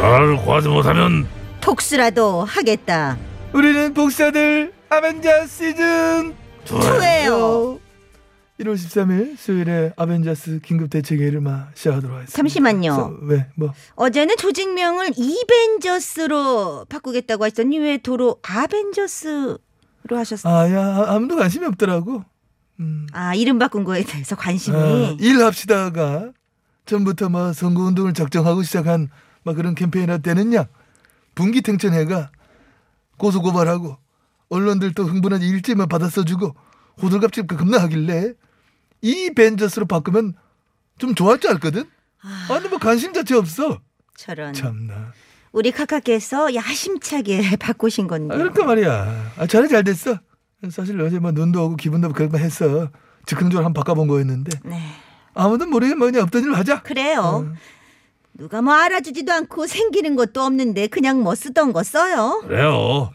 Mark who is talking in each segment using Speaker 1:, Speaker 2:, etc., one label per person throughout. Speaker 1: 나를 구하지 못하면
Speaker 2: 복수라도 하겠다.
Speaker 3: 우리는 복사들 아벤자 시즌
Speaker 2: 투예요.
Speaker 3: 1월 13일 수요일에 아벤자스 긴급 대책회의를 마시하도록 하겠습니다.
Speaker 2: 잠시만요.
Speaker 3: 그래서 왜? 뭐?
Speaker 2: 어제는 조직명을 이벤져스로 바꾸겠다고 하시더니 왜 도로 아벤져스로 하셨어요?
Speaker 3: 아야 아무도 관심이 없더라고. 음.
Speaker 2: 아 이름 바꾼 거에 대해서 관심이.
Speaker 3: 아, 일합시다가 전부터 막 선거 운동을 작정하고 시작한 막 그런 캠페인이라 되느냐? 분기탱천회가 고소 고발하고 언론들도 흥분한 일지만 받아 써주고 호들갑질 그 겁나 하길래 이 벤저스로 바꾸면 좀 좋아할 줄 알거든. 아니 뭐 관심 자체 없어.
Speaker 2: 저런.
Speaker 3: 참나.
Speaker 2: 우리 카카께서 야심차게 바꾸신
Speaker 3: 아,
Speaker 2: 건데.
Speaker 3: 그러니까 말이야. 아, 잘해 잘 됐어. 사실 어제 뭐 눈도 오고 기분도 오고 그만 해서 즉흥적으로 한번 바꿔본 거였는데
Speaker 2: 네.
Speaker 3: 아무도 모르게 뭐 그냥 없던 일로 하자.
Speaker 2: 그래요. 누가 뭐 알아주지도 않고 생기는 것도 없는데 그냥 뭐 쓰던 거 써요.
Speaker 1: 그래요.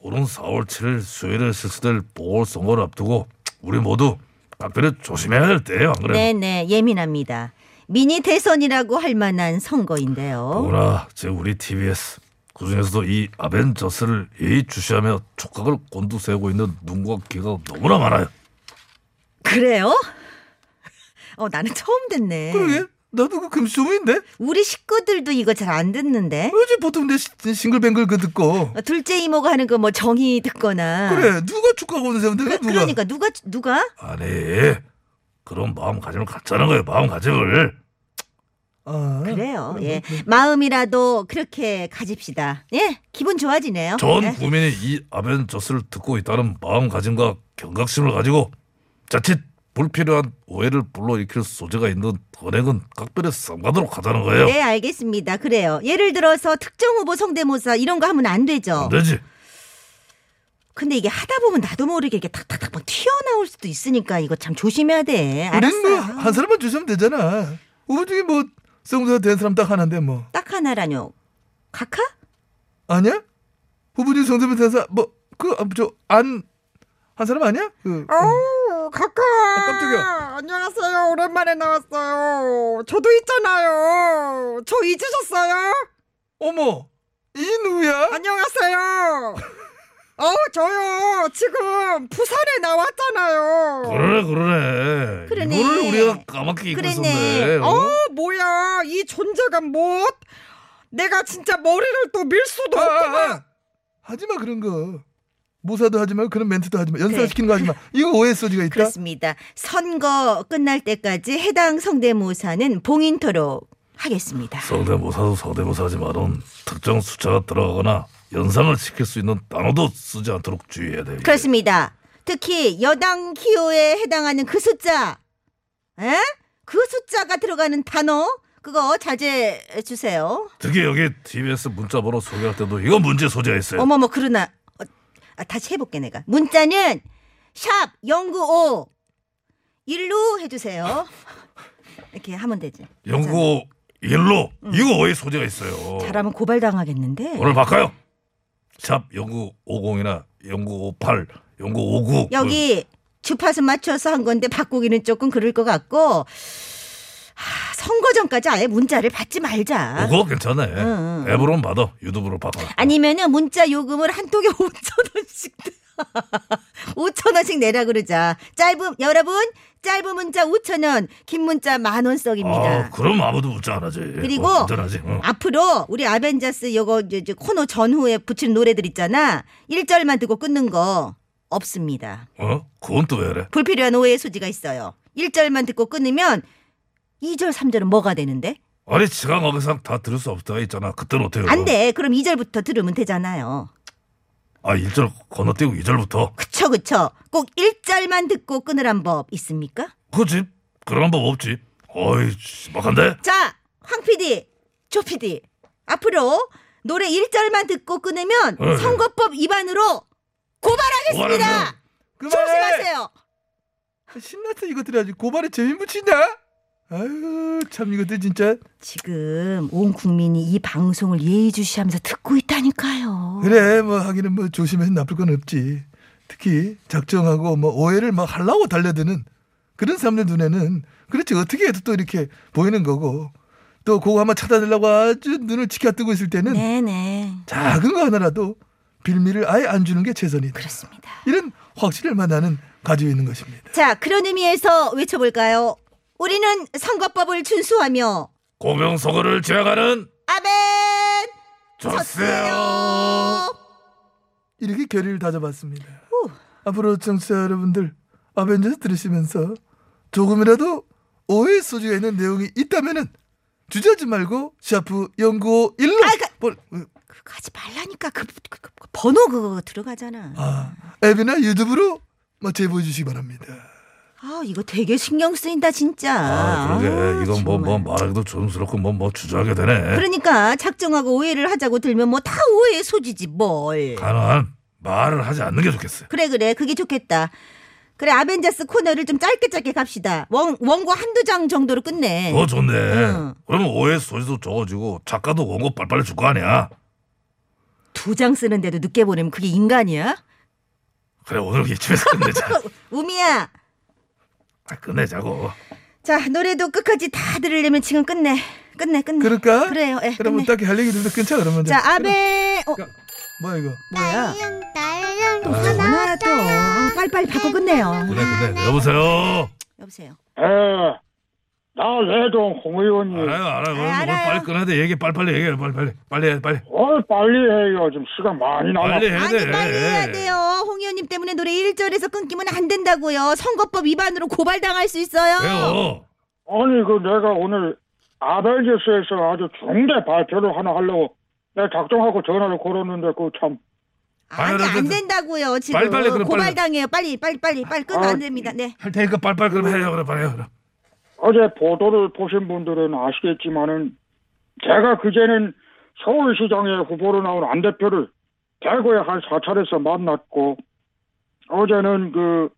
Speaker 1: 오는 4월 7일 수요일에 실시될 보궐선거를 앞두고 우리 모두 답변에 조심해야 할 때예요. 안 그래요?
Speaker 2: 네네 예민합니다. 미니 대선이라고 할 만한 선거인데요.
Speaker 1: 보라, 제 우리 TBS 그 중에서도 이 아벤저스를 예의주시하며 촉각을 곤두세우고 있는 눈과 귀가 너무나 많아요.
Speaker 2: 그래요? 어 나는 처음 듣네.
Speaker 3: 그러게 나도 그 금수문인데
Speaker 2: 우리 식구들도 이거 잘 안 듣는데.
Speaker 3: 요즘 보통 내 시- 싱글뱅글 그 듣고
Speaker 2: 어, 둘째 이모가 하는 거 뭐 정의 듣거나.
Speaker 3: 그래 누가 축구하고 오는 사람들 누가 어.
Speaker 2: 러니까 누가 누가?
Speaker 1: 아니, 그런 마음가짐을 갖자는 거예요. 마음가짐을.
Speaker 3: 아,
Speaker 2: 그래요.
Speaker 3: 그래,
Speaker 2: 예.
Speaker 3: 뭐,
Speaker 2: 마음이라도 그렇게 가집시다. 예. 기분 좋아지네요.
Speaker 1: 전
Speaker 2: 예.
Speaker 1: 국민이 이 아벤저스를 듣고 있다는 마음가짐과 경각심을 가지고 자칫 불필요한 오해를 불러일으킬 소재가 있는 언행은 각별히 삼가도록 하자는 거예요.
Speaker 2: 네, 알겠습니다. 그래요. 예를 들어서 특정 후보 성대모사 이런 거 하면 안 되죠.
Speaker 1: 안 되지.
Speaker 2: 근데 이게 하다 보면 나도 모르게 이렇게 탁탁탁 막 튀어나올 수도 있으니까 이거 참 조심해야 돼.
Speaker 3: 뭐. 우린
Speaker 2: 알았어.
Speaker 3: 뭐한
Speaker 2: 요
Speaker 3: 사람만 주시면 되잖아 우리 중에 뭐 성도가 된 사람 딱 하나인데 뭐
Speaker 2: 딱 하나라뇨. 카카?
Speaker 3: 아니야? 후보 중에 성도가 된 사람 뭐, 그, 아, 뭐그저안 한 사람 아니야? 그
Speaker 4: 어우, 카카.
Speaker 3: 아, 깜짝이야.
Speaker 4: 안녕하세요. 오랜만에 나왔어요. 저도 있잖아요. 저 잊으셨어요?
Speaker 3: 어머 이 누구야?
Speaker 4: 안녕하세요. 어우, 저요. 지금 부산에 나왔잖아요.
Speaker 1: 그러네, 그러네.
Speaker 2: 어. 그러네.
Speaker 1: 이거를 우리가 까맣게 잊고
Speaker 2: 그러네.
Speaker 1: 있었네. 어?
Speaker 4: 어, 뭐야. 이 존재감 못. 내가 진짜 머리를 또 밀 수도
Speaker 3: 아,
Speaker 4: 없구만.
Speaker 3: 아, 아. 하지마 그런 거 모사도 하지 말고 그런 멘트도 하지 마 연상시키는 거 하지 마 이거 오해 소지가
Speaker 2: 그러니까?
Speaker 3: 있다
Speaker 2: 그렇습니다. 선거 끝날 때까지 해당 성대모사는 봉인토로 하겠습니다.
Speaker 1: 성대모사도 성대모사지만은 특정 숫자가 들어가거나 연상을 시킬 수 있는 단어도 쓰지 않도록 주의해야 돼요.
Speaker 2: 그렇습니다. 특히 여당 기호에 해당하는 그 숫자, 에? 그 숫자가 들어가는 단어 그거 자제해 주세요.
Speaker 1: 특히 여기 TBS 문자번호 소개할 때도 이거 문제 소재였어요.
Speaker 2: 어머머 그러나 어, 아, 다시 해볼게 내가 문자는 샵 #095 일로 해주세요. 이렇게 하면 되지.
Speaker 1: 연구 일로 이거 오해 소재가 있어요.
Speaker 2: 음. 잘하면 고발 당하겠는데.
Speaker 1: 오늘 바꿔요. 샵 연구 50이나 연구 58, 연구 59.
Speaker 2: 여기 주파수 맞춰서 한 건데 바꾸기는 조금 그럴 것 같고 하, 선거 전까지 아예 문자를 받지 말자.
Speaker 1: 그거 괜찮네.
Speaker 2: 응, 응.
Speaker 1: 앱으로는 받아. 유튜브로 받아.
Speaker 2: 아니면은 문자 요금을 한 통에 5천 원씩 5천 원씩 내라 그러자. 짧은 여러분 짧은 문자 5천 원, 긴 문자 만
Speaker 1: 아,
Speaker 2: 원석입니다.
Speaker 1: 그럼 아무도 문자 안 하지.
Speaker 2: 그리고
Speaker 1: 어, 문자는 하지. 응.
Speaker 2: 앞으로 우리 아벤자스 요거 이제, 이제 코너 전후에 붙이는 노래들 있잖아. 1절만 듣고 끊는 거 없습니다.
Speaker 1: 어? 그건 또 왜 그래?
Speaker 2: 불필요한 오해의 소지가 있어요. 1절만 듣고 끊으면 2절, 3절은 뭐가 되는데?
Speaker 1: 아니 지각 어기상 다 들을 수 없다 있잖아. 그때는 어때요?
Speaker 2: 안 돼. 그럼 2절부터 들으면 되잖아요.
Speaker 1: 아 1절 건너뛰고 2절부터.
Speaker 2: 그쵸, 그쵸. 꼭 1절만 듣고 끊으란 법 있습니까?
Speaker 1: 그지? 그런 법 없지. 어이, 막한데?
Speaker 2: 자, 황 PD, 조 PD. 앞으로 노래 1절만 듣고 끊으면
Speaker 1: 네.
Speaker 2: 선거법 위반으로 음. 고발하겠습니다.
Speaker 1: 고발합니다.
Speaker 2: 조심하세요.
Speaker 3: 신났어 이것들이 아주 고발에 재미 붙인다. 아유 참 이것들 진짜.
Speaker 2: 지금 온 국민이 이 방송을 예의주시하면서 듣고 있다니까요.
Speaker 3: 그래 뭐 하기는 뭐 조심해서 나쁠 건 없지. 특히 작정하고 뭐 오해를 막 하려고 달려드는 그런 사람들 눈에는 그렇지 어떻게 해도 또 이렇게 보이는 거고 또 그거 한번 찾아내려고 아주 눈을 지켜뜨고 있을 때는
Speaker 2: 네네.
Speaker 3: 작은 거 하나라도 빌미를 아예 안 주는 게 최선이다.
Speaker 2: 그렇습니다.
Speaker 3: 이런 확신을 만나는 가지고 있는 것입니다.
Speaker 2: 자, 그런 의미에서 외쳐볼까요? 우리는 선거법을 준수하며
Speaker 1: 고명서거를 제약하는
Speaker 2: 아멘
Speaker 1: 졌어요.
Speaker 3: 이렇게 결의를 다져봤습니다.
Speaker 2: 후.
Speaker 3: 앞으로 청취자 여러분들 아벤져스 들으시면서 조금이라도 오해 소지가 있는 내용이 있다면은 주저하지 말고 샤프 연구 일로
Speaker 2: 아이, 그 가-
Speaker 3: 볼-
Speaker 2: 그거 하지 말라니까 그, 그- 그- 그 번호 그거 들어가잖아.
Speaker 3: 아, 앱이나 유튜브로 뭐 제보해 주시기 바랍니다.
Speaker 2: 아 이거 되게 신경 쓰인다 진짜.
Speaker 1: 아, 그러게.
Speaker 2: 아,
Speaker 1: 이건 뭐, 뭐
Speaker 2: 정말.
Speaker 1: 말하기도 조심스럽고 뭐, 뭐 주저하게 되네.
Speaker 2: 그러니까 작정하고 오해를 하자고 들면 뭐 다 오해의 소지지 뭘.
Speaker 1: 가능한 예. 말을 하지 않는 게 좋겠어요.
Speaker 2: 그래 그래 그게 좋겠다. 그래 아벤자스 코너를 좀 짧게 짧게 갑시다. 원, 원고 한두 장 정도로 끝내.
Speaker 1: 그거 좋네.
Speaker 2: 응.
Speaker 1: 그러면 오해 소지도 적어지고 작가도 원고 빨빨리 줄 거 아니야.
Speaker 2: 두 장 쓰는데도 늦게 보내면 그게 인간이야? 그,
Speaker 1: 그래 오늘 이 집에서 끝내자.
Speaker 2: 우미야.
Speaker 1: 아, 끝내자고.
Speaker 2: 자 노래도 끝까지 다 들으려면 지금 끝내. 끝내 끝내.
Speaker 3: 그럴까?
Speaker 2: 그래요. 예.
Speaker 3: 그럼
Speaker 2: 끝내.
Speaker 3: 딱히 할 얘기들도 괜찮아 그러면
Speaker 2: 자 아베. 어,
Speaker 3: 뭐야 이거?
Speaker 2: 뭐야? 전화야 또. 아, 빨리빨리 바꿔 끝내요.
Speaker 1: 그래
Speaker 2: 아.
Speaker 1: 그래. 여보세요.
Speaker 2: 여보세요.
Speaker 5: 예. 나 레동 홍 의원님.
Speaker 1: 알아요 알아요. 오늘,
Speaker 2: 아,
Speaker 1: 오늘
Speaker 2: 알아요.
Speaker 1: 빨리 끊어야 돼. 얘기 빨리빨리 얘기해. 빨리빨리. 빨리 해, 빨리.
Speaker 5: 오늘 빨리 해요. 지금 시간 많이 남았어.
Speaker 1: 빨리 해야 돼.
Speaker 2: 아니 빨리
Speaker 1: 네.
Speaker 2: 해야 돼요. 홍 의원님 때문에 노래 1절에서 끊기면 안 된다고요. 선거법 위반으로 고발당할 수 있어요.
Speaker 1: 왜요?
Speaker 5: 아니 그 내가 오늘 아벤져스에서 아주 중대 발표를 하나 하려고 내가 작정하고 전화를 걸었는데 그참
Speaker 2: 아니
Speaker 1: 아유,
Speaker 2: 안
Speaker 1: 나-
Speaker 2: 된다고요. 지금
Speaker 1: 빨리, 빨리, 그럼 빨리.
Speaker 2: 고발당해요. 빨리 빨리 빨리 빨리 끊어
Speaker 5: 아,
Speaker 2: 안 됩니다. 네.
Speaker 1: 할 테니까 빨빨 그럼 해요 그래 빨리 해요 그럼.
Speaker 5: 어제 보도를 보신 분들은 아시겠지만은 제가 그제는 서울시장의 후보로 나온 안 대표를 대구의 한 사찰에서 만났고 어제는 그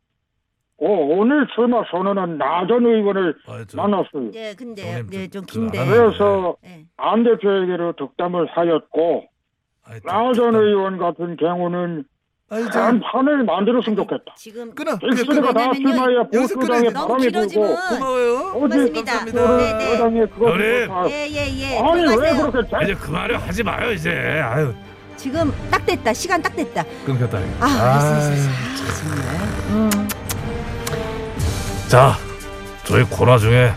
Speaker 5: 오, 오늘 출마 선언한 나전 의원을
Speaker 1: 아, 저,
Speaker 5: 만났어요.
Speaker 2: 네, 근데
Speaker 1: 형님,
Speaker 2: 네,
Speaker 1: 저-
Speaker 2: 좀 긴데.
Speaker 1: 그거 안 하면-
Speaker 5: 그래서
Speaker 2: 네.
Speaker 5: 안 대표에게로 득담을 하였고
Speaker 1: 아이,
Speaker 5: 나전 의원 같은 경우는
Speaker 3: 아니 저
Speaker 5: 한 판을 만들었으면 좋겠다.
Speaker 2: 지금
Speaker 3: 끊어. 그래, 끊어.
Speaker 5: 빅스가 다
Speaker 2: 왜냐면요,
Speaker 5: 심하여
Speaker 3: 여기서 끊어야
Speaker 5: 보수당의
Speaker 3: 돼.
Speaker 2: 너무
Speaker 5: 바람이 불고
Speaker 2: 길어지면
Speaker 3: 고마워요.
Speaker 5: 어디
Speaker 2: 맞습니다.
Speaker 3: 네,
Speaker 2: 네.
Speaker 5: 여당의 그거
Speaker 1: 그래.
Speaker 5: 다
Speaker 2: 예예예.
Speaker 5: 아, 아니 왜 그렇게 잘
Speaker 1: 이제 그만해 하지 마요 이제. 아유
Speaker 2: 지금 딱 됐다. 시간 딱 됐다.
Speaker 1: 끊겼다.
Speaker 2: 아, 알았어, 알았어, 알았어.
Speaker 1: 자, 저희 그 코너 중에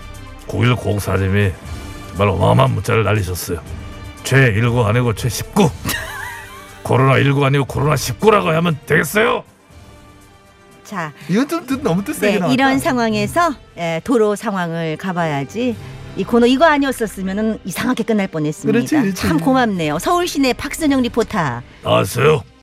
Speaker 1: 9104님이 정말 어마어마한 문자를 날리셨어요. 최19 아니고 최19. 코로나19 아니고 코로나19라고 하면 되겠어요?
Speaker 2: 자,
Speaker 3: 이건 좀 뜻, 너무 뜻 세게
Speaker 2: 네,
Speaker 3: 나왔다.
Speaker 2: 이런 상황에서 예, 도로 상황을 가봐야지. 이 코너 이거 아니었었으면 이상하게 끝날 뻔했습니다.
Speaker 3: 그렇지, 그렇지.
Speaker 2: 참 고맙네요. 서울 시내 박선영 리포터.
Speaker 1: 나왔어요.